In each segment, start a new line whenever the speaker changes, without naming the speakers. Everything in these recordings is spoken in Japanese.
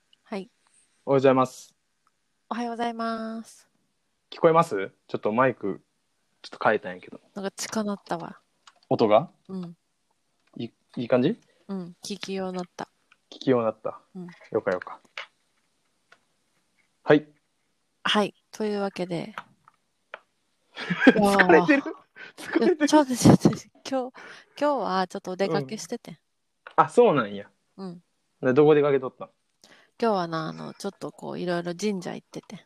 おはようございます。
おはようございます。
聞こえますちょっとマイク、ちょっと変えたんやけど。
なんか近なったわ。
音が
うん。
いいいい感じ
うん。聞きようになった。
聞きようになった。
うん
よかよか。はい。
はい。というわけで。
疲れてる疲
いや
れてる
ちょっとちょっと今日、今日はちょっとお出かけしてて。
あ、そうなんや。
うん。
でどこ出かけとったん
今日はな、あの、ちょっとこう、いろいろ神社行ってて。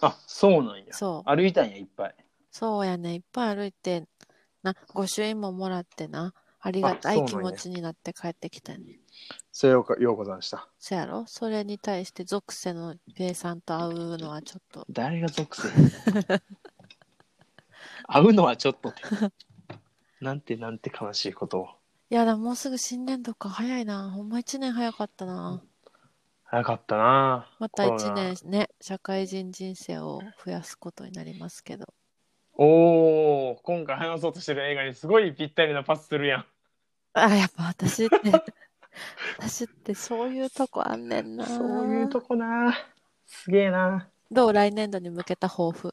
あ、そうなんや。
そう。
歩いたんや、いっぱい。
そうやね。いっぱい歩いて、な、御朱印ももらってな。ありがた
あ
い
そ
気
うなんや
持ちになって帰ってきたよね。
それをかようござんした。
そやろそれに対して、属性のベイさんと会うのはちょっと、
誰が 属性会うのはちょっとって。なんてなんて悲しいことを。
いやだ、もうすぐ新年度か早いな。ほんま一年早かったな。
早かったな
また
コロナ
一年ね、社会人人生を増やすことになりますけど。
おお今回話そうとしてる映画にすごいぴったりなパスするやん
あ、やっぱ私 って、私ってそういうとこあんねんな。
そういうとこなすげえな
どう来年度に向けた抱負。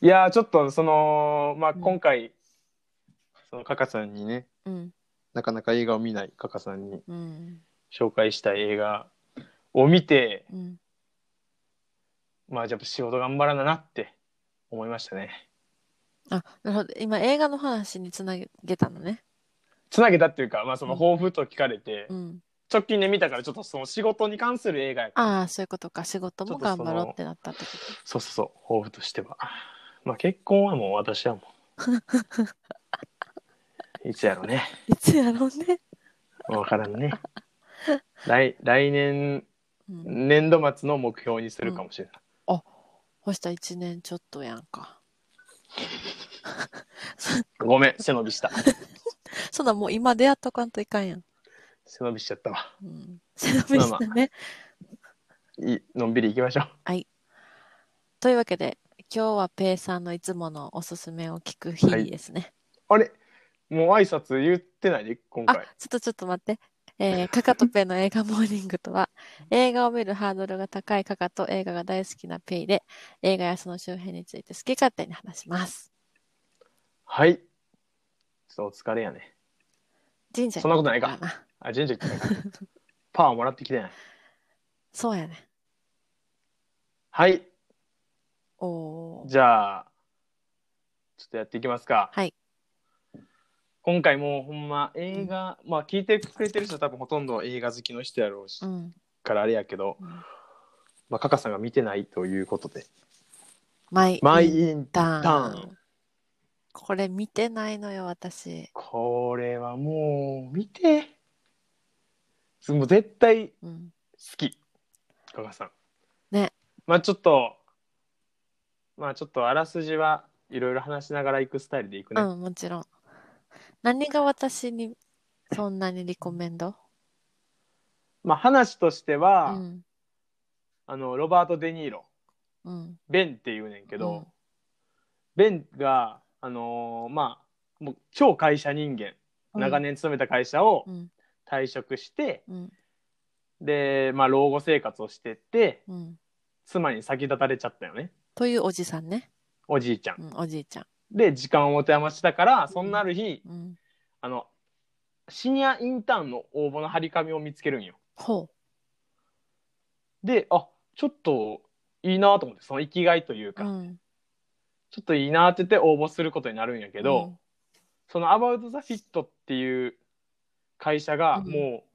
いやーちょっとそのまあ
うん
今回、そのカカさんにね
うん。
なかなか映画を見ないカカさんに
うん。
紹介した映画を見て
うん。
まあやっぱ仕事頑張らななって思いましたね
あ、なるほど。今映画の話につなげたのね。
つなげたっていうかまあその
うん
抱負と聞かれて、
うん。
直近で見たからちょっとその仕事に関する映画や
ああ、そういうことか。仕事も
ちょっ
頑
とその
張ろうってなったってこ
そうそうそう抱負としてはまあ結婚はもう私はもういつやろうね
と。いつやろうね。
分からんね来来年
うん。
年度末の目標にするかもしれない、
ほしたら一年ちょっとやんか。
ごめん背伸びした
そんなんもう今出会っとかんといかんやん。
背伸びしちゃったわ
うん。背伸びしたね。
いいのんびり行きましょう
というわけで今日はペイさんのいつものおすすめを聞く日ですね。
あれもう挨拶言ってないで今
あ
回
ちょっとちょっと待って。えー、カカとペイの映画モーニングと は映画を見るハードルが高いカカと映画が大好きなペイで映画やその周辺について好き勝手に話します。
はいちょっとお疲れやね
神社
そんなことない
行こう
か
かな。
あ神社行ってないかパワーもらってきてない
そうやね。
はい
おおー。
じゃあ、ちょっとやっていきますか。
はい。
今回もうほんま映画、まあ聞いてくれてる人は多分ほとんど映画好きの人やろうし、
うん。
からあれやけど、
うん
まあカカさんが見てないということで。
マイ
マイ
イン
イン、
ターン。
ターン
これ見てないのよ私。
これはもう見て。もう絶対好
うん。
き。カカさん。
ね。
まあちょっと、まあちょっとあらすじはいろいろ話しながら行くスタイルで行くね。
うんもちろん。何が私にそんなにリコメンド？
まあ話として
う
は、
ん。
あの、ロバート・デ・ニーロ。
うん。
ベンっていうねんけど、
うん
ベンが、あのーまあもう超会社人間
うん
長年勤めた会社を
うん
退職して、
うん
で、まあ、老後生活をしてって
うん。
妻に先立たれちゃったよね
というおじさんね。
おじいちゃん
う。ん、おじいちゃん。
で時間を持て余したからそんなある日、
うん。
あのシニアインターンの応募の張り紙を見つけるんよ。
ほ
であちょっといいなと思ってその生きがいという
う。
か、
うん。
ちょっといいなって言って応募することになるんやけど。その「アバウト・ザ・フィット」っていう会社が
うん
もう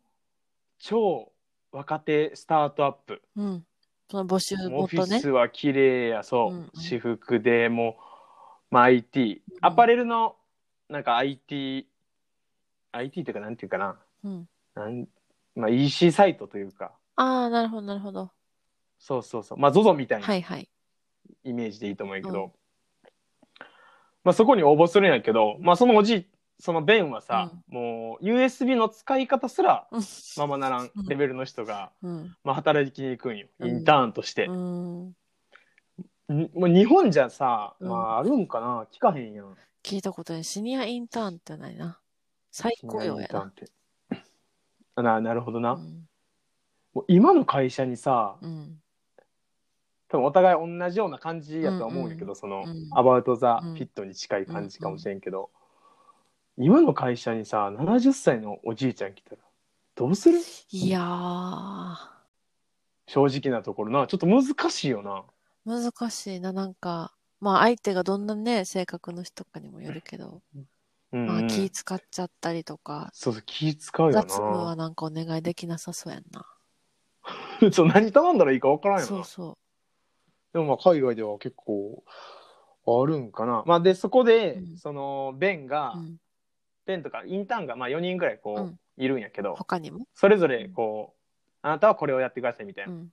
超若手スタートアップ、
うん。うん。その募集
オフィ
元ね
ス。は綺麗やそう、
うんうん
私服でもう、まあ、IT
ん
アパレルのなんか ITIT っていうかなんていうかな
うん。
なん、まあ、EC サイトというか
ああ、なるほど、なるほど。
そうそうそうまあ ZOZO みたい
は
ない
はい。
イメージでいいと思うんやけど、
う
まあ、そこに応募するんやけど、まあ、そのおじいそのベンはさ、もう USB の使い方すら
うん
ままならん
うん
レベルの人が、
うん。
まあ、働きに行くんよ
うん
インターンとして、
うん。
にもう日本じゃさ、
うん
まああるんかな聞かへんやん
聞いたことない。シニアインターンってないな。最
シニ
高
アイ
よ
ン
や
ターン
な
っ。てあななるほどな、
うん
もう今の会社にさ
うん。
多分お互い同じような感じやとは思うんやけど、その、
うん
アバウト・ザ・
う
フ
ん
ィットに近い感じかもしれんけど、今の会社にさ70歳のおじいちゃん来たらどうする
いやー、
正直なところなちょっと難しいよな
難しいな。なんか、まあ相手がどんなね、性格の人かにもよるけど、
うん、
ま
う
あ
ん、
気使っちゃったりとか、
そうそう気使うよ
雑務は
な
なんかお願いできなさそうやんな。
そう何頼んだらいいか分からんよな
そうそ
でもまあ海外では結構あるんかな。まあでそこで、
うん
そのベンが、
う。うん。
ベンとかインターンがまあ4人ぐらいこう、
うん
いるんやけど
他にも
それぞれこう、あなたはこれをやってくださいみたいうな、
ん。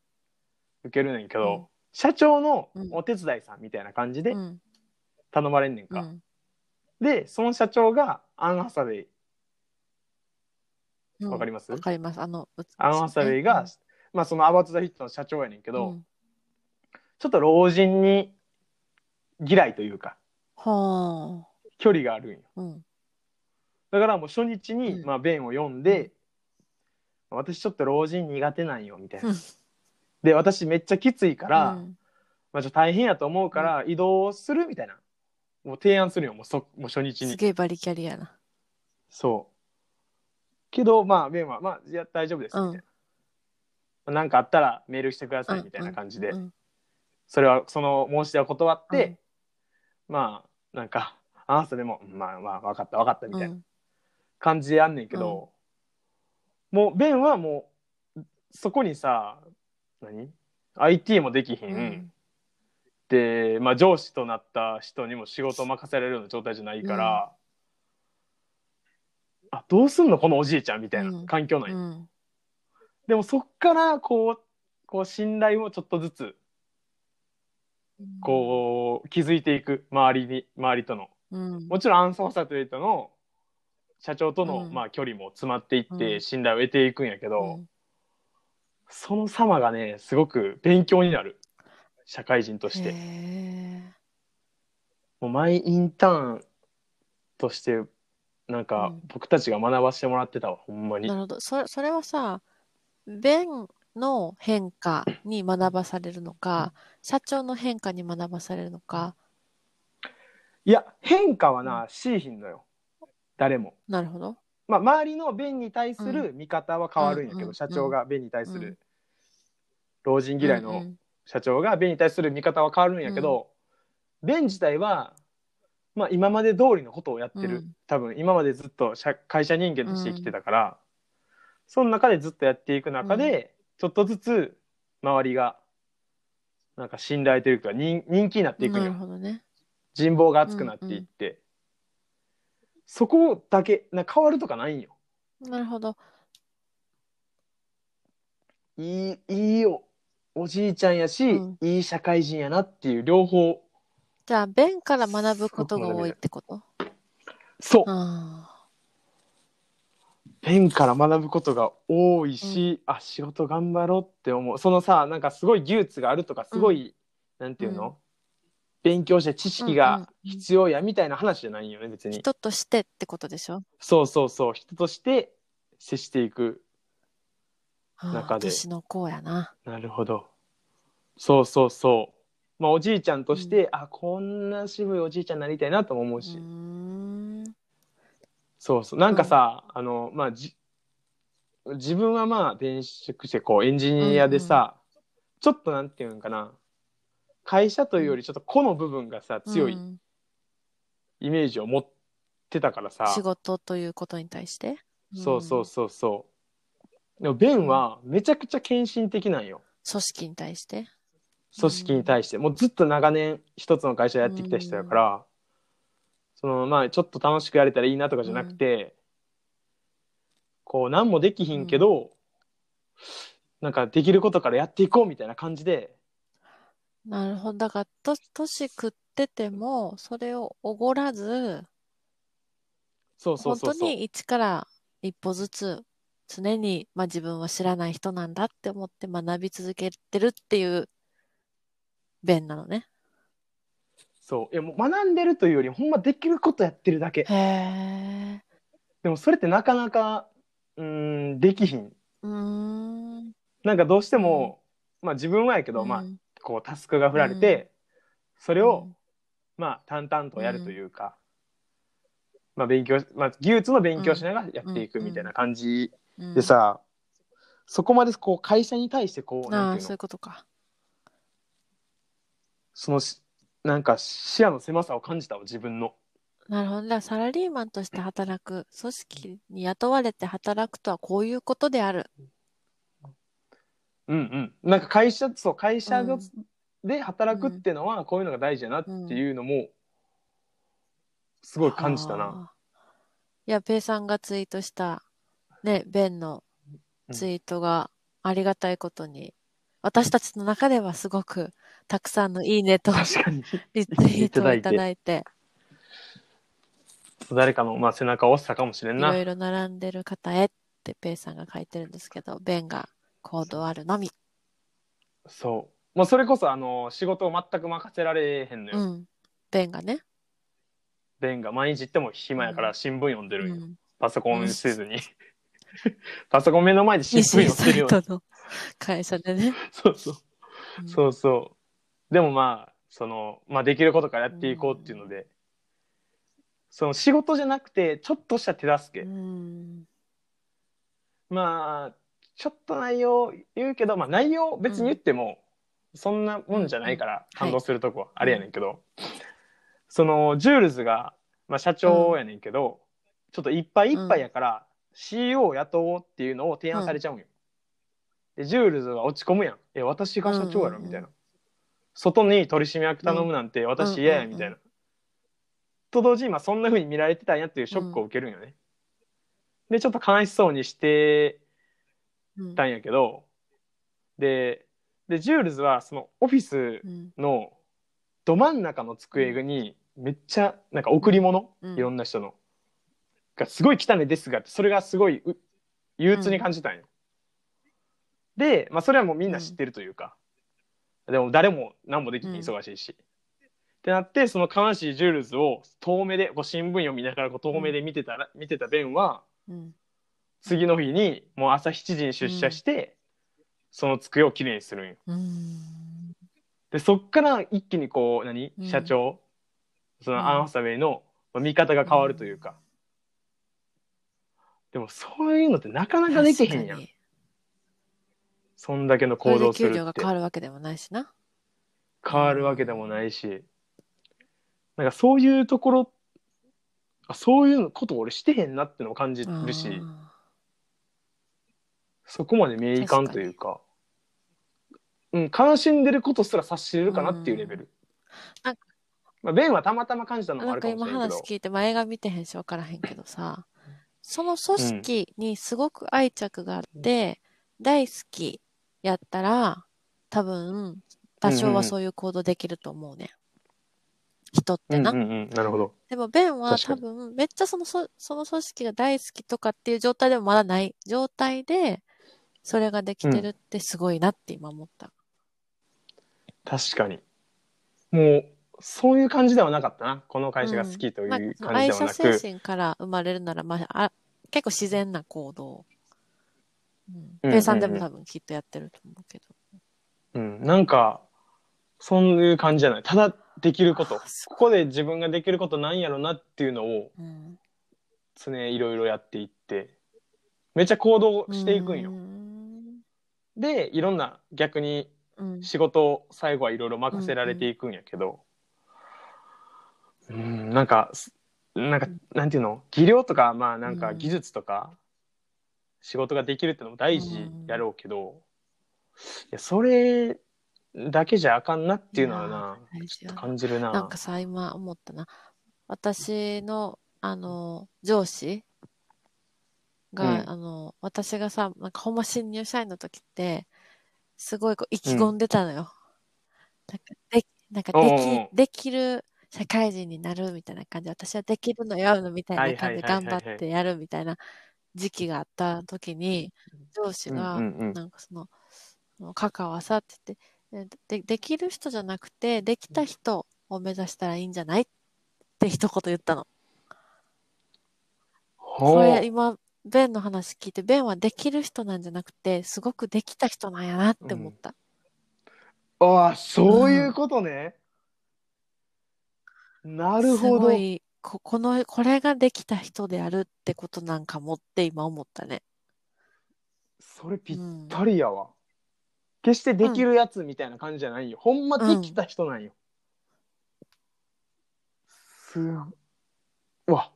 受けるねんけど、
うん
社長の
うん
お手伝いさんみたいな感じ
う
で
ん。
頼まれんねん
う
か。
ん。
でその社長がアンハサウェイ
うん
わかります
わかります。あの、う
アンハサウェイが、、まあそのアバウト・ザ・ヒットの社長やねんけ
け
ど、ちょっと老人に嫌いというか
は
距離があるんよ。
あ。うん。
だからもう初日に、
うん
まあ、弁を読んで、私ちょっと老人苦手なんよみたいな。
うん
で私めっちゃきついから、
うん
まあ、ちょっと大変やと思うから移動するみたいなもう提案するよもうそもう初日
す
に。
げえバリキャリアな。
そうけどまあ弁は「まあ、いや大丈夫です」み
うん
たいな。まあなんかあったらメールしてくださ
う
い
ん
みたいな感じで、
うん
それはその申し出を断って、まあなんかあなたでも「まあまあ分かった分かった」みたいな。
うん
感じでやんねんけど、もうベンはもうそこにさ何 ?IT もできひん、
うん
で、まあ、上司となった人にも仕事を任せられるような状態じゃないから、あどうすんのこのおじいちゃんみたいな
うん
環境内、
うん
でもそっからこうこう信頼をちょっとずつこう築いていく周りに周りとの
うん、
もちろんアンソーサというとの社長との、
うん
まあ、距離も詰まっていって、
うん
信頼を得ていくんやけど、
うん
その様がねすごく勉強になる社会人として、
へえ
もう毎インターンとしてなんか
うん
僕たちが学ばしてもらってたわほんまに
なるほどそれそれはさ弁の変化に学ばされるのか社長の変化に学ばされるのか
いや変化はな、しいひんのよ誰も。
なるほど
まあ、周りの弁に対する見方は変わるんやけど、
うん
社長が弁に対す
う
る、
ん
老人嫌いの社長が弁に対する見方は変わるんやけど、弁自体は、まあ、今まで通りのことをやってる、
うん
多分今までずっと社会社人間として生きてたから、その中でずっとやっていく中で、ちょっとずつ周りがなんか信頼というか人人気になっていくん
なる
よ
ほどね
人望が厚くなっていって、そこだけなんか変わるとかないんよ。
なるほど
いいいいおおじいちゃんやし、
うん
いい社会人やなっていう両方
じゃあ弁から学ぶことが多いってこと
そう
あ
ペンから学ぶことが多いし、あ仕事頑張ろうって思うそのさなんかすごい技術があるとかすごい、なんていうの、
うん
勉強して知識
うんうん
が
うん
必要やみたいな話じゃないんよね別
ー
に
人としてってことでしょ
そうそうそう人として接していく
あー
中で
年の子やな
なるほどそうそうそうまあおじいちゃんとして、あこんな渋いおじいちゃんになりたいなとも思う
う
し、
ーん
そうそうなんかさ、あのまあじ自分はまあ転職してこうエンジニアでさ、ちょっとなんていうんかな会社というよりちょっと個の部分がさ強い
うん
イメージを持ってたからさ、
仕事ということに対して
そうそ
ん
うそうそうでもベンはめちゃくちゃ献身的なんよ
組織に対して
組織に対して、もうずっと長年一つの会社やってきた人やから、そのまあちょっと楽しくやれたらいいなとかじゃなくて、こう何もできひんけど、なんかできることからやっていこうみたいな感じで
なるほど。だから、と、年食ってても、それをおごらず、
そうそうそう
本
そ
当
う
に一から一歩ずつ、常に、まあ、自分は知らない人なんだって思って学び続けてるっていう、弁なのね。
そういやもう学んでるというよりほんまできることやってるだけ
へえ。
でもそれってなかなかうーんできひん
うーん。
なんかどうしても、まあ自分はやけど、まあ
うん
こうタスクが振られて、それを、まあ淡々とやるというか、まあ勉強し、まあ技術の勉強しながらやっていくみたいな感じ
うん
でさ、そこまでこう会社に対してこう、
あ
なん
あ
てい
そううい
の
う、ことか
そのし、なんか視野の狭さを感じたわ、自分の。
なるほどねだからサラリーマンとして働く組織に雇われて働くとはこういうことである
うんうん。なんか会社、そう、会社
うん
で働くってのは、こういうのが大事だなっていうのも、すごい感じたな。
ああいやペイさんがツイートしたねベンのツイートがありがたいことに、私たちの中ではすごくたくさんのいいねと
確かに。
リツイートをい
い
た
ただ
だいて
誰かの、まあ、背中を押したかもしれん
い
な。
ろいろ並んでる方へってペイさんが書いてるんですけどベンが行動あるのみ、
そう。まあ、それこそ、あの、仕事を全く任せられへんのよ。
うん、ベンがね、
ベンが毎日行っても暇やか
う
ら新聞読んで
う
るんよ。
ん、
パソコンせずに。 パソコン目の前で新聞
西
読んでるよう
サ
な
イ。トの会社でね、
そうそう。
うん
そうそう。でもまあ、その、まあできることからやっていこうっていうので、その仕事じゃなくて、ちょっとした手助け。
うん
まあ、ちょっと内容言うけど、まあ内容別に言っても、そんなもんじゃないから、
うん
感動するとこはあれやねんけど、その、ジュールズが、まあ社長やねんけど、ちょっといっぱいいっぱいやから、CEO を雇おうっていうのを提案されちゃうんよ。で、ジュールズは落ち込むやん。え、私が社長やろみたいな。
うんうんうん
外に取締役頼むなんて私嫌やみたいな。
うんうん
と同時に、まあ、そんな風に見られてたんやっていうショックを受けるんよね。でちょっと悲しそうにして
うん
たんやけどででジュールズはそのオフィス
うん
のど真ん中の机にめっちゃなんか贈り物、
うん
いろんな人のがすごい汚いですがそれがすごいう憂鬱に感じたんよ。で、まあ、それはもうみんな知ってるというか、でも誰も何もでき
うん
に忙しいし。ってなってその悲しいジュールズを遠目でこう新聞読みながらこう遠目で見てたら、見てたベンは
うん
次の日にもう朝7時に出社して、その机をきれいにするんよ。
うん
でそっから一気にこう何
うん
社長、そ
うん
のアン・ハサウェイのまあ見方が変わるというか、でもそういうのってなかなかできへんやん
確かに
そんだけの
これ
行動
です
る
給
って
料
変
が
わ
変わるわけでもないしな
るわけでもないしなんかそういうところあそういうこと俺してへんなってのを感じるし、
あ
そこまで名いかんというかうん、悲しんでることすら察しれるかなっていうレベル、
なんか
まあ、ベンはたまたま感じた
ー
のも
な
あ
ん
る
か
か
今
もしれないけ
話
ど
聞いて、まあ、映画見てへんし分からへんけどさその組織にすごく愛着があって、大好きやったら多分多少はそういう行動できると思うね、人ってな、
うんうんうん、なるほど
でもベンは
確
多
かに
分めっちゃそのそその組織が大好きとかっていう状態でもまだない状態でそれができてるってすごいなって今思った、
確かにもうそういう感じではなかったなこの会社が好きという
まあ
感じで
その
は
愛
な
車
く、
精神から生まれるなら、まあ、あ結構自然な行動。うん。
うん
ペイさんでも多分きっとやってると思うけど。
うん、なんかそういう感じじゃないただできること
あそ
ここで自分ができることなんやろなっていうのを
うん。
常にいろいろやっていってめっちゃ行動していくんよ
うー。ん
でいろんな逆に
うん。
仕事を最後はいろいろ任せられていくんやけど、うんなんかすなんかなんていうの技量とかまあなん
う
か
ん
技術とか仕事ができるってのも大事やろうけど、いやそれだけじゃあかんなっていうのはな
大事
ち
や
ょっ
な
と感じるな
なんかさ、今思ったな。私の、あの、上司が、
うん
あの、私がさ、なんかほんま新入社員の時って、すごいこう意気込んでたのよ。なんかでなんかで
おうおうおう
き、できる社会人になるみたいな感じ、私はできるのよ、みたいな感じで
はいはいはいは
頑
い
張ってやるみたいな時期があった時に、上司
うん
が、
うんうん
なんかその、カカはさって言ってで、でできる人じゃなくて、できた人を目指したらいいんじゃないって一言言ったの。
ほ
これ
う
今、ベンの話聞いてベンはできる人なんじゃなくてすごくできた人なんやなって思った、
ああそういうことね、なるほ
す
ど
ごいここのこれができた人であるってことなんかもって今思ったね、
それぴっ
うん
たりやわ、決してできるやつみたいな感じじゃないよほんまできた人なんよ、すごいうわ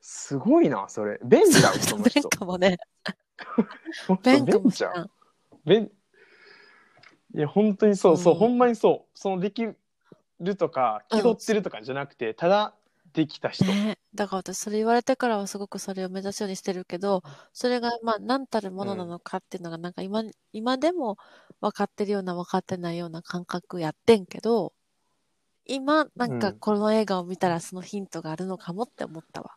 すごいなそれベンちゃう その
ベン
人
かもね
ほんと
ベンかも
ベン
し
ち
れ
ゃうんベンいや本当にそうそう、
うん
ほんまにそうそのできるとか気取ってるとかじゃなくて、ただできた人、
ね、だから私それ言われてからはすごくそれを目指すようにしてるけどそれがまあ何たるものなのかっていうのがなんか今,、今でも分かってるような分かってないような感覚やってんけど今なん
う
か
ん
この映画を見たらそのヒントがあるのかもって思ったわ。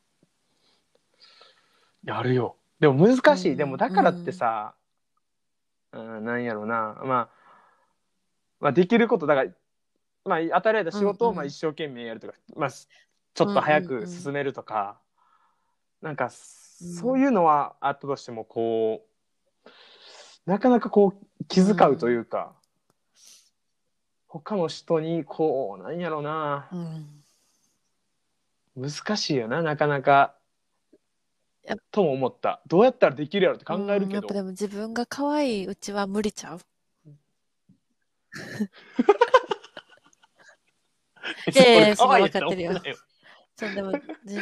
やるよでも難しい、
うん
でもだからってさ、うん、なんやろうな、まあ、まあできることだから、まあ、与えられた仕事
うん
を
うん
まあ一生懸命やるとか、まあ、ちょっと早
うんうんう
く
ん
進めるとか、なんか
うん
そういうのはあったとしてもこうなかなかこう気遣うというか、他の人にこうなんやろうな
うん、
難しいよななかなか
やっ。
とも思ったどうやったらできるやろって考える
うんや
け
っ
ど
ぱ、でも自分が可愛いうちは無理ちゃういやいやいやそんな分かってるよそうでも、 じ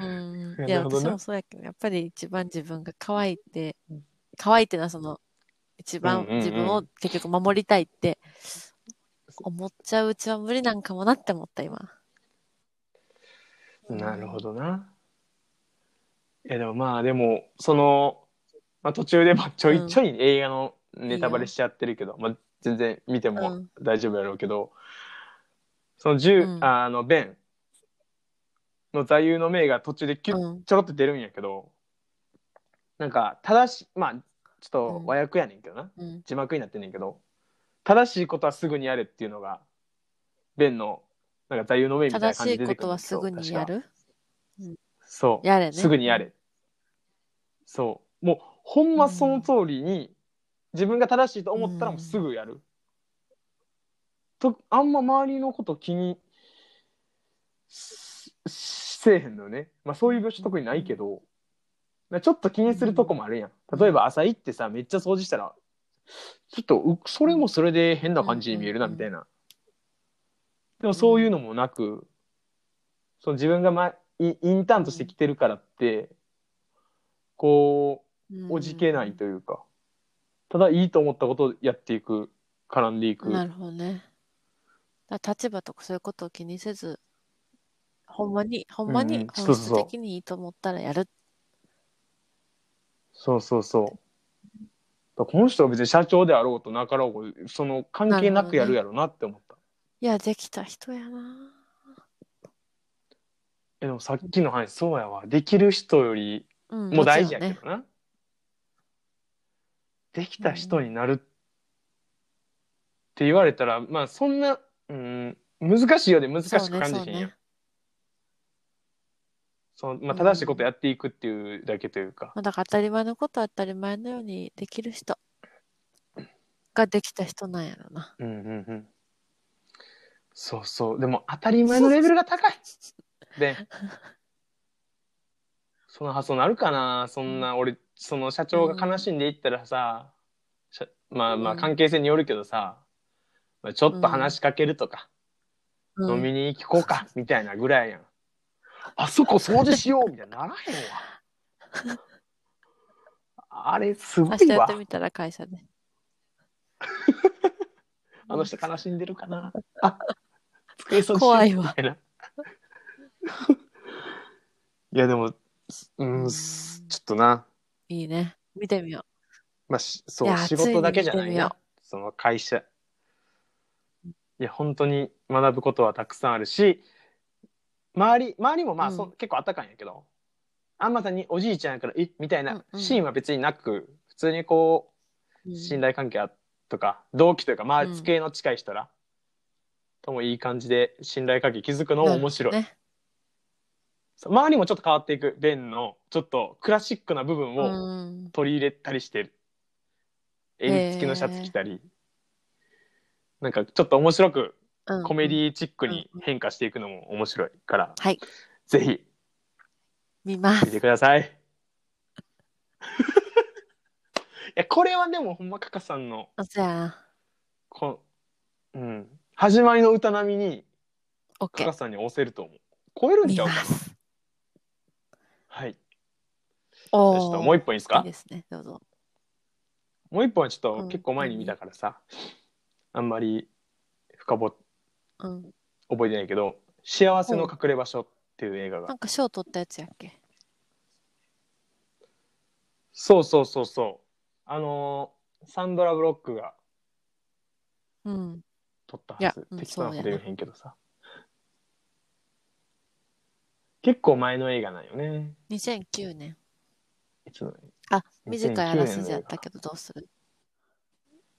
うん、い
なる
や、
ほどね
私もそうやけど、やっぱり一番自分が可愛いって
うん、
可愛いっていうのはその、一番
うんうんうん
自分を結局守りたいって思っちゃううちは無理なんかもなって思った今。
なるほどな。いやでもまあでもその、まあ、途中でまあちょいちょい映画のネタバレしちゃってるけど、まあ、全然見て
う
も
ん
大丈夫やろうけど、その10、
うん
ああのベンの座右の銘が途中でキュッ
うん。
ちょろっと出るんやけどなんか正しまあちょっと和訳やねんけどな、
うん。
字幕になってんねんけど正しいことはすぐにやれっていうのがベンのなんか座右の銘みたいな
正
感
し
じ
い
で出
こと
てくるん
は
ですすよ
ぐにや
確か
る
そう
やれね
すぐにやれ、
う
そうもうほんまその通りに、自分が正しいと思ったらもうすぐやる、とあんま周りのこと気にししせえへんのよね、まあ、そういう描写特にないけど、まあちょっと気にするとこもあるやん例えば朝行ってさめっちゃ掃除したらちょっとうそれもそれで変な感じに見えるな
うん
みたいな、でもそういうのもなく、その自分が、ま、インインターンとして来てるからってこうおじけないというか、ただいいと思ったことをやっていく絡んでいく
なるほどね。だから立場とかそういうことを気にせず、ほんまに、ほんま
うんう
に
んそ
本
うそう
質
そう
的にいいと思ったらやる。
そうそうそうだからこの人は別に社長であろうとなかろうとその関係なくやるやろうなって思った、
いや、できた人やな。
えでもさっきの話そうやわできる人より
うん。
もう大
ち
事
ろ
や
んね
けどな、できた人になるって言われたら、まあそんな、うん、難しいようで難しく感じへんやん
そうねそうね
そのまあ、正しいことやっていくっていうだけというか、
まあ、だから当たり前のことは当たり前のようにできる人ができた人なんやろな。
うんうんうんそうそうでも当たり前のレベルが高いでその発想なるかなそんな俺その社長が悲しんでいったらさ、しゃまあま
う
あ
ん
関係性によるけどさ、まあ、ちょっと話しかけるとか、
う
飲
ん、
みに行こうかみたいなぐらいやんあそこ掃除しようみたいにならへんわ あれすご
明日
い
やっ
わ
てみたら会社で。
あの人悲しんでるかなあ机掃除しよう
怖いわ。
みたいないやでもうん
ち
ち
ょ
ょっとない
いね。見てみよ
まあしそ
いうや
仕事だけじゃな
ついに見てみ
い
よ
なその会社いや本当に学ぶことはたくさんあるし周り周りもまあそ、
うん
結構あったかいんやけどあんまさんにおじいちゃんやからえみたい
うん
な
うん
シーンは別になく、普通にこ
う。
う信頼関係あとか同期というか周り机の近い人ら、ともいい感じで信頼関係築くのも面白い、
ね。
そう周りもちょっと変わっていく弁のちょっとクラシックな部分
う
を
ん。
取り入れたりしてる、
へー
襟付きのシャツ着たりなんかちょっと面白く
うん
コメディチックに変化していくのも面白いから、
はい。
ぜひ
見ま
見
す。
てください いやこれはでもほんまカカさんの
あ、そうやな。
この、うん、始まりの歌並みに
オッケ
カカ
ー。
さんに押せると思う超えるん
見
ちゃう
ま
かな
す。
はいじゃあちょっ
お
と
お。
もう
い
一本いいですか
いですね。どうぞ。
もう一本はちょっ
う
と
ん
結構前に見たからさ、あんまり深ぼ
うん。
覚えてないけど「幸せの隠れ場所」っていう映画が、
なんか賞取ったやつやっけ。
そうそうそうそうあのーサンドラ・ブロックが
うん。
撮った
い
は
や
ず
うん
適当なこ
そ
と
う
言
や
う
な
へんけどさ結構前の映画なんよね
2009年。
いつの
あ、短いあらすじやった
ど
けどどうする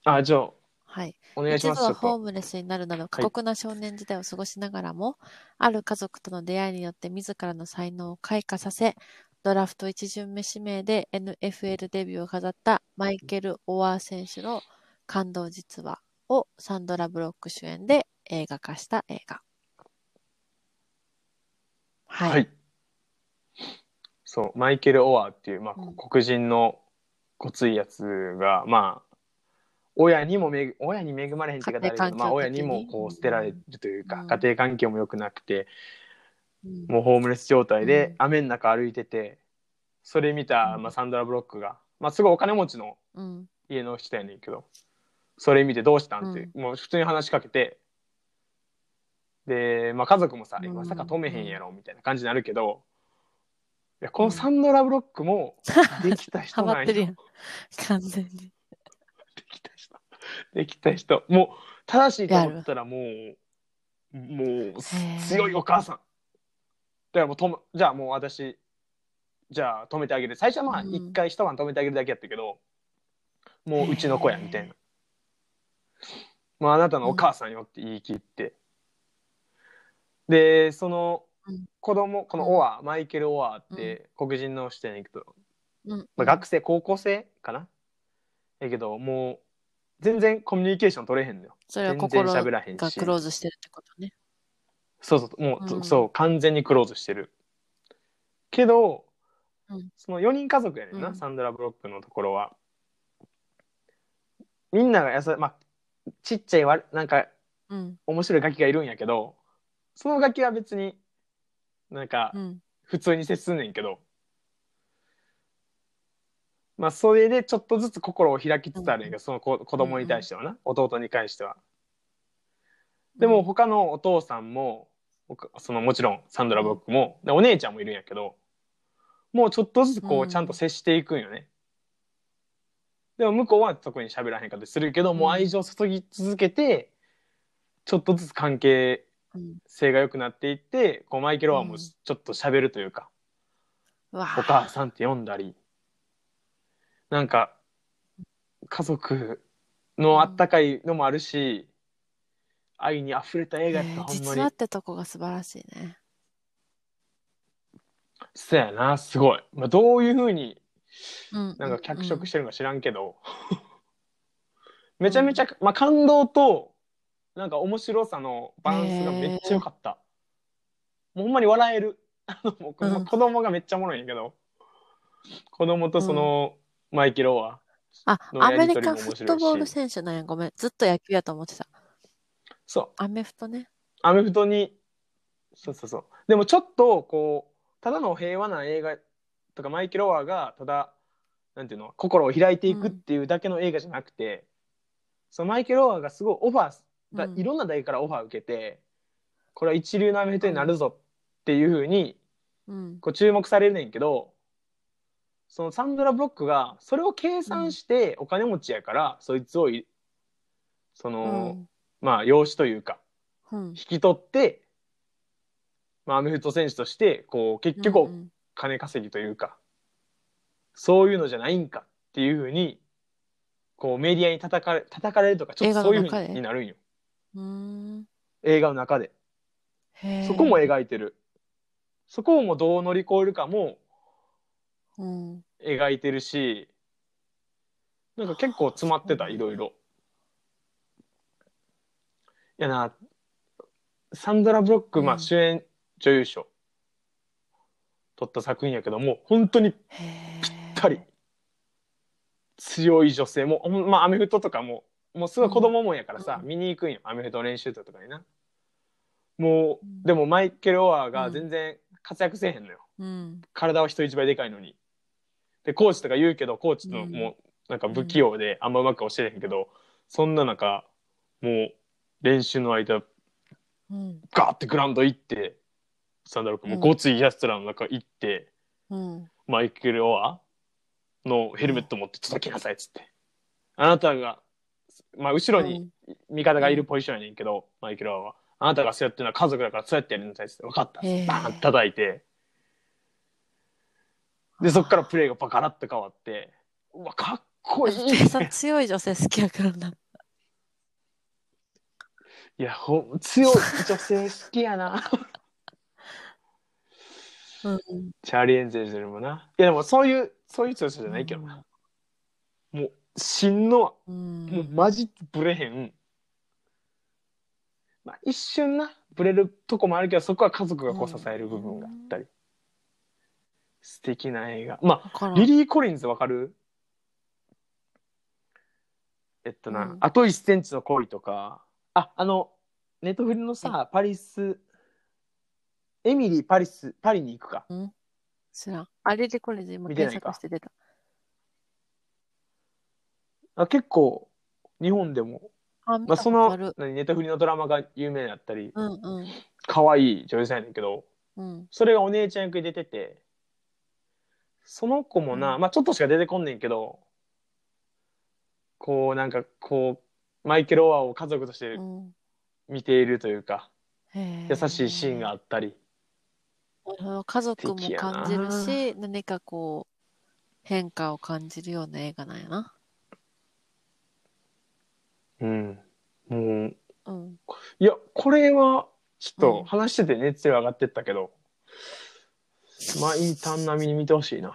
あじゃあ
はい。
お願いし
一
ま
度
すちょ
は
っ
ホー
と
ムレスになるなど過酷な少年時代を過ごしながらも、ある家族との出会いによって自らの才能を開花させ、ドラフト一巡目指名で NFL デビューを飾ったマイケル・オワー選手の感動実話をサンドラ・ブロック主演で映画化した映画。はい。
はいそうマイケル・オワーっていう、まあ、
うん
黒人のごついやつが、まあ親にもめぐ親に恵まれへんって言い方あ
家庭
れけ
環
ど、
境
まあ、親に
的に
もこう捨てられるというか、
うん
家庭環境も良くなくて
うん
もうホームレス状態
うん
で雨の中歩いててそれ見た、
うん
まあ、サンドラ・ブロックが、まあ、すごいお金持ちの
うん。
家の人やねんけどそれ見てどうしたんって、もう普通に話しかけてで、まあ、家族もさ、
うん
まさか止めへんやろみたいな感じになるけどいやこ
う
の
ん
サンドラ・ブロックもでき た
ハ
人
マ
な
っ
ん
て
よ
るや
で
ん。完全に。
きた人できた人もう正しいと思ったらもうもう
へー
強いお母さんだからもうともじゃあもう私じゃあ止めてあげる最初はまあ
うん
一回一晩止めてあげるだけやったけど、もううちの子やみたいな
へー
もうあなたのお母さんよって言い切って、でその
うん
子供このオア、マイケル・オアって黒人の人やねんけど、
うん。
まあ、学生高校生かなやけどもう全然コミュニケーション取れへんのよ
それは
全然
心が
喋らへんし
クローズしてるってことね。
そうそうもう、
うん
そう完全にクローズしてるけど、
うん
その4人家族やねんな、
うん
サンドラ・ブロックのところはみんながやさ、まあ、ちっちゃいわなんか
うん。
面白いガキがいるんやけどそのガキは別になんか
うん。
普通に接すんねんけど、まあそれでちょっとずつ心を開きつつあるんやけど、その子子供に対してはな、弟に関しては。でも他のお父さんもおかそのもちろんサンドラ・ブロックも、でお姉ちゃんもいるんやけどもうちょっとずつこ
う
うんちゃんと接していくんよね。でも向こうは特に喋らへんかったりするけど、もう愛情を注ぎ続けてちょっとずつ関係
うん。
性が良くなっていってこうマイケルはもううんちょっと喋るというか、
お
お母さんって呼んだりなんか家族のあったかいのもあるし、愛にあふれた映画やった、
えー
ほんま
実
に
話ってとこが素晴らしいね。
そうやなすごい、まあ、どういうふうに
うん、
なんか脚色しててるのか知らんけど、めちゃめちゃ、まあ、感動となんか面白さのバランスがめっちゃ良かった、もうほんまに笑える あのもう
うん
まあ子供がめっちゃおもろいんやけど子供とその、マイケル・オア
あ、
の
ア
や
メリ
りとり
カ
も
ンフ
面白いし
ットボール選手なんや。ごめん。ずっと野球やと思ってた。
そう
アメフトね。
アメフトにそうそうそうでもちょっとこうただの平和な映画とかマイケル・オアがただなんていうの心を開いていくっていうだけの映画じゃなくて、そのマイケル・オアがすごいオファーだ、
うん
いろんな大学からオファー受けてこれは一流のアメフトになるぞっていうふうに
うん。
こう注目されるねんけどそのサンドラ・ブロックがそれを計算してお金持ちやから、そいつをいその、まあ養子というか
うん。
引き取って、まあ、アメフト選手としてこう結局
うんうん
金稼ぎというか、そういうのじゃないんかっていうふうにこうメディアに叩かれ叩かれるとかちょっとそういう
映画の中
ふう
で
になるんよ
うーん。
映画の中で
へー
そこも描いてるそこをもうどう乗り越えるかも
うん。
描いてるしなんか結構詰まってたいろいろいやなサンドラ・ブロック、ま
う
あ、
ん
主演女優賞取った作品やけどもう本当にぴっ
へえ。
たり強い女性もうほんまあアメフトとかももうすごい子供もんやからさ、
うん
見に行くんよアメフト練習とかになも
うん
うでもマイケル・オアーが全然活躍せえへんのよ、
うん。
体は人一倍でかいのに。で、コーチとか言うけど、コーチ
う
の
ん
もう、なんか不器用で、あんまうまく教えへんけど、そんな中、もう、練習の間、
うん。
ガーってグラウンド行って、サンダル君もごついやつらの中行って、
うん。
マイケル・オアのヘルメット持って叩きなさいっつって。あなたが、まあ、後ろに味方がいるポジションやねんけど、マイケル・オアは。あなたが背負ってるのは家族だからそうやってやりなさいっつって、分かったっつっ
へ
て。
ー
バーンって叩いて。で、そっからプレーがパカラッと変わって、うわ、かっ こいい
私。店員さん強い女性好きやからな。
いや、ほん強い女性好きやな。
うん。
チャーリー・エンゼルズよりもな。いや、でもそういう、そういう強さじゃないけどな。もう、真の
うん。
もうマジブレへん。まあ、一瞬な、ブレるとこもあるけど、そこは家族がこう支える部分があったり。素敵な映画。ま
わからん
あ、リリー・コリンズわかるえっとな、
うん
あと1センチの恋とか、あ、あの、ネットフリのさ、パリス、エミリー・パリス、パリに行くか。
知らん。あれでこれで今
見てない
検
か
索して出た。
あ結構、日本でも、
あ、見
まあ、
た
そ
こと
の
ある。、
何ネタフリのドラマが有名だったり、
うんうん。
可愛い女優さんやねんけど、
うん。
それがお姉ちゃん役で出てて、その子もな、
う
まあちょっとしか出てこんねんけど、こうなんかこう、マイケル・オアを家族として
うん
見ているというか、
へ
優
ー
しいシーンがあったり、
なるほど家族も感じるし、何かこう、変化を感じるような映画なんやな。
うん。もう、
うん。
いや、これは、ちょっ
う
と
ん
話してて熱量上がってったけど、まあ、インターン並みに見てほ しいな。い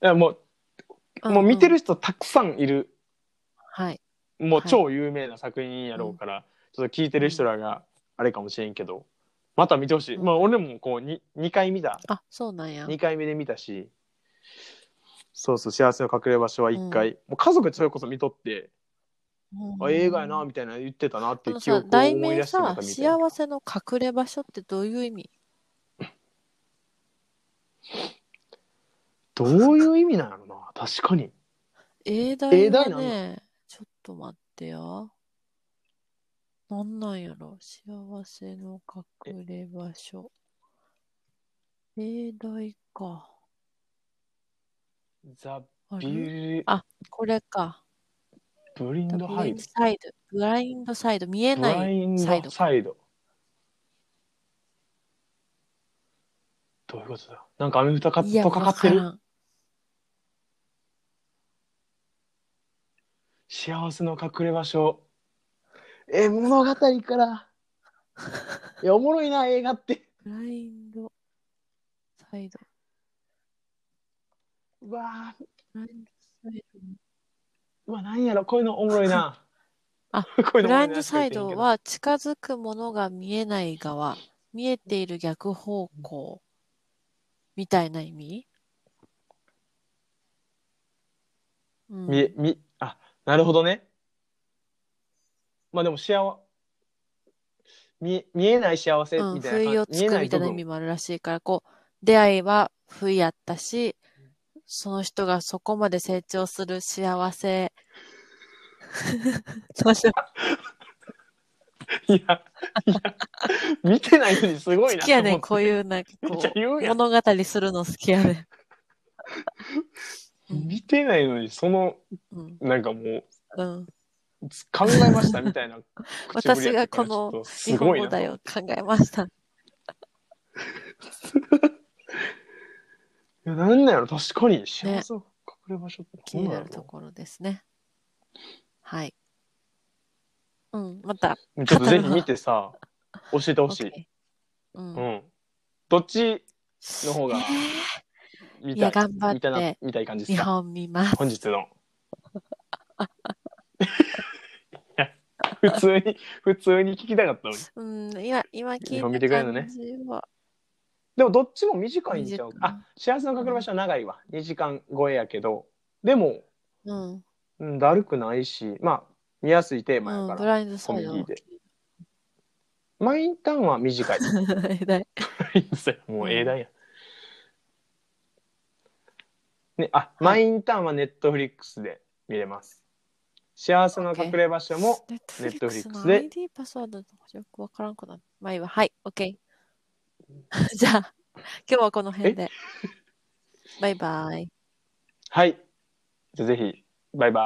や、もう、もう見てる人たくさんいる
はい。
もう
はい
超有名な作品やろうから、ちょっと聞いてる人らがあれかもしれんけど、また見てほしい。
うん
まあ俺もこうに2回見た。
あ、そうなんや。
2回目で見たし、そうそう、幸せの隠れ場所は1回、もう家族でそれこそ見とって、あ、映画やな、みたいな言ってたなっ
あ
ていう
の
記憶
さ
を、
題
思
名
い出してま
さ
た、見て。
幸せの隠れ場所ってどういう意味
どういう意味なのな確かに。
英大
英大
は
なん
ね、ちょっと待ってよ。なんなんやろ幸せの隠れ場所。英大か。
ザ・
あ
ビ
れ
ル・
これか。
ブリン
ブ
ド・ハ
ライ
イ
ン
ド
ド。サイド。ブラインドサイド。見え
ブ
な
ライ
い
ン
サイド
ド・。サイド。どういうことだなんかアメフトか
いや、
とかかってる
わ
幸せの隠れ場所え物 語からいやおもろいな映画って
からんブラインドサイド。
うわー
ブラインドサイド。
うわなんやろこういうのおもろいな
あ
こうい
ブ
うのおもろ
ラ
い
イン
な
ドサイドは近づくものが見えない側、見えている逆方向みたいな意味、うん、
みみあなるほどねまあでも幸見え見えない幸せ
うん、
みた
不
いな
意を
感じ、見
つく
えな
み
い
た
部
いな意味
分
もあるらしいから、こう、出会いは不意やったし、その人がそこまで成長する幸せ。どうしよう
いやいや見てないのにすごい
好
な
きやねん、
と
こう
思って
いうなんか
めっ
こ
ちゃ言う
う、
やん
物語するの好きやねうん
見てないのにその
ん。うん。
なんかも
うん。
う考えましたみた いな口ぶり
私
や
が
ったか
こ
らちょっ
の
と
日
すご
本
い
語
な
だよ考えま した。
いや、なんなんやろ、確かに。幸せを隠れ場所って
気
どう
に
んや
な
ろ
るところですね。はい。うん、また。
ちょっとぜひ見てさ、教えてほしい。
OK うん
う。ん。どっちの方が
え
見
い
た
や
い
頑張って
見たな、見たい感じ
ー
で
日
すか
本見ます。
本 日の。いや普通に、普通に聞きたかったのに。
うん、今、今聞
日本見
い
て
た
くれるのね
感じは。
でもどっちも短いんちゃう
短い
あ、幸せの隠れ場所は長いわ。2時間超えやけど。でも、
うん。
うんだるくないし、まあ、見やすいテーマ
う
や
ん、
か
ブ
ら。
ラインドサイド
コメデマインターンは 短い。
大体
もう英断や。ね、あ、マインターンはネットフリックスで見れます。幸せの隠れ場所も、
ネットフリッ
Netflix
クス
で
の ID パスワードとかよくわからんくなる。まあいいわ。はい、OK。じゃあ、今日はこの辺で。バイバイ。
はい。じゃあぜひ、バイバイ。